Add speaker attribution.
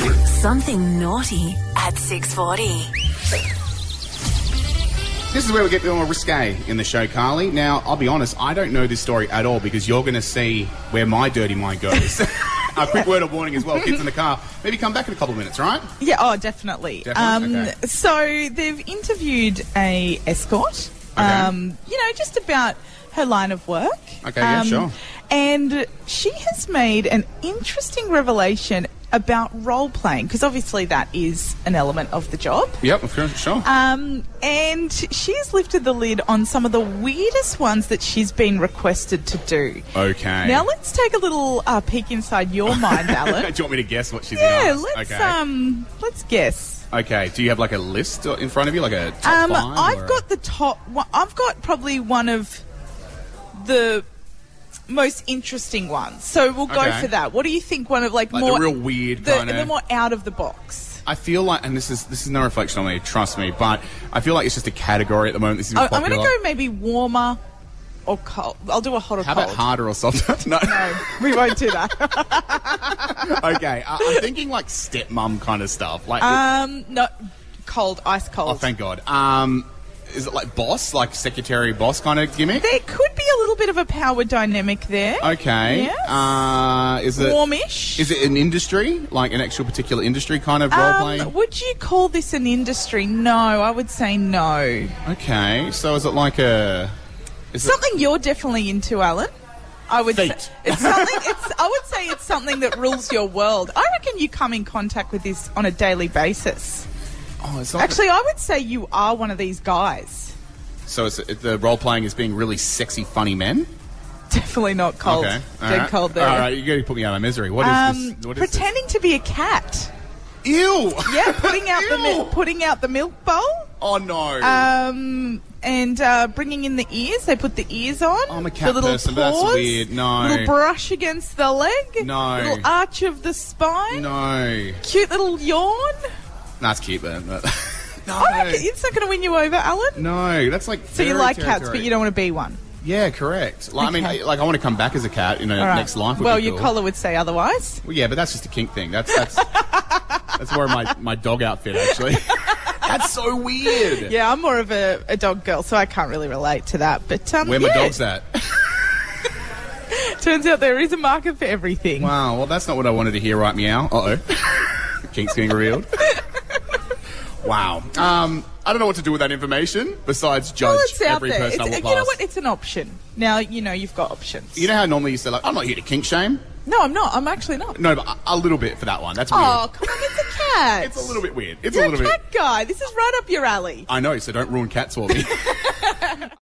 Speaker 1: Something naughty at 640.
Speaker 2: This is where we get a little risque in the show, Carly. Now, I'll be honest, I don't know this story at all because you're going to see where my dirty mind goes. a quick word of warning as well, kids in the car. Maybe come back in a couple of minutes, all right?
Speaker 3: Yeah, oh, definitely.
Speaker 2: Definitely?
Speaker 3: Um,
Speaker 2: Okay.
Speaker 3: So they've interviewed a escort,
Speaker 2: Okay.
Speaker 3: um, you know, just about her line of work. Um,
Speaker 2: Okay, yeah, sure.
Speaker 3: And she has made an interesting revelation about role playing, because obviously that is an element of the job.
Speaker 2: Yep, of course, sure.
Speaker 3: Um, and she's lifted the lid on some of the weirdest ones that she's been requested to do.
Speaker 2: okay.
Speaker 3: Now let's take a little uh, peek inside your mind,
Speaker 2: Do
Speaker 3: Alan.
Speaker 2: you want me to guess what she's
Speaker 3: yeah,
Speaker 2: gonna ask?
Speaker 3: let's
Speaker 2: okay.
Speaker 3: um, let's guess.
Speaker 2: okay, do you have like a list in front of you, like a top
Speaker 3: Um,
Speaker 2: five or
Speaker 3: I've
Speaker 2: a-
Speaker 3: got the top. one- I've got probably one of the most interesting ones. So we'll go
Speaker 2: Okay.
Speaker 3: for that. What do you think? One of like,
Speaker 2: Like the
Speaker 3: more
Speaker 2: real weird
Speaker 3: the,
Speaker 2: kinda-
Speaker 3: the more out of the box.
Speaker 2: I feel like, and this is this is no reflection on me, trust me, but I feel like it's just a category at the moment. This is
Speaker 3: I, Oh, I'm going to
Speaker 2: popular.
Speaker 3: go maybe warmer or cold. I'll do a hot or
Speaker 2: How
Speaker 3: cold.
Speaker 2: about harder or softer? no.
Speaker 3: we won't do that.
Speaker 2: okay, uh, I'm thinking like stepmom kind of stuff. Like,
Speaker 3: um, no, cold, ice cold.
Speaker 2: oh, thank God. Um, is it like boss, like secretary boss kind of gimmick?
Speaker 3: there could be a little bit of a power dynamic there.
Speaker 2: Okay.
Speaker 3: Yes.
Speaker 2: Uh, is it
Speaker 3: Warmish.
Speaker 2: Is it an industry, like an actual particular industry kind of role
Speaker 3: Um,
Speaker 2: playing?
Speaker 3: would you call this an industry? No, I would say no.
Speaker 2: Okay, so is it like a? Is it-
Speaker 3: Something you're definitely into, Alan. I would
Speaker 2: Feet.
Speaker 3: say it's something. It's I would say it's something that rules your world. I reckon you come in contact with this on a daily basis.
Speaker 2: oh, it's not
Speaker 3: Actually, I would say you are one of these guys.
Speaker 2: so it's, it, the role playing is being really sexy, funny men.
Speaker 3: Definitely not cold.
Speaker 2: Okay, all
Speaker 3: Dead
Speaker 2: right.
Speaker 3: cold there.
Speaker 2: All right, you're going to put me out of my misery. What is
Speaker 3: Um,
Speaker 2: this? What is
Speaker 3: pretending to be a cat.
Speaker 2: this? Ew.
Speaker 3: Yeah, putting out the
Speaker 2: Ew.
Speaker 3: mil- putting out the milk bowl.
Speaker 2: Oh no.
Speaker 3: Um, and uh, bringing in the ears. They put the ears on.
Speaker 2: I'm a cat
Speaker 3: the little
Speaker 2: person, but that's
Speaker 3: Paws,
Speaker 2: weird. No.
Speaker 3: Little brush against the leg.
Speaker 2: No.
Speaker 3: Little arch of the spine.
Speaker 2: no.
Speaker 3: Cute little yawn.
Speaker 2: That's cute, but but- no.
Speaker 3: I reckon it's not going to win you over, Alan.
Speaker 2: no, that's like.
Speaker 3: So you like cats, but you don't want to be one.
Speaker 2: Yeah, correct. Like, I
Speaker 3: Okay.
Speaker 2: mean, like I want to come back as a cat in a
Speaker 3: All right.
Speaker 2: next life. Would
Speaker 3: well,
Speaker 2: be
Speaker 3: your
Speaker 2: cool.
Speaker 3: collar would say otherwise.
Speaker 2: Well, yeah, but that's just a kink thing. That's that's that's more of my my dog outfit actually. that's so weird.
Speaker 3: Yeah, I'm more of a, a dog girl, so I can't really relate to that. But um,
Speaker 2: Where my
Speaker 3: yeah,
Speaker 2: dog's at.
Speaker 3: Turns out there is a market for everything.
Speaker 2: Wow. Well, that's not what I wanted to hear. Right meow. Uh oh. Kink's getting revealed. wow. Um, I don't know what to do with that information besides judge
Speaker 3: Well, it's out
Speaker 2: every
Speaker 3: there.
Speaker 2: person
Speaker 3: It's-
Speaker 2: I
Speaker 3: you
Speaker 2: walk
Speaker 3: know
Speaker 2: past.
Speaker 3: what? It's an option. Now you know you've got options.
Speaker 2: You know how normally you say like, I'm not here to kink shame.
Speaker 3: no, I'm not. I'm actually not.
Speaker 2: No, but a, a little bit for that one. That's weird.
Speaker 3: Oh, come on, it's a cat.
Speaker 2: It's a little bit weird. It's
Speaker 3: You're
Speaker 2: a
Speaker 3: a
Speaker 2: little
Speaker 3: cat
Speaker 2: bit.
Speaker 3: guy. This is right up your alley.
Speaker 2: I know, so don't ruin cats for me.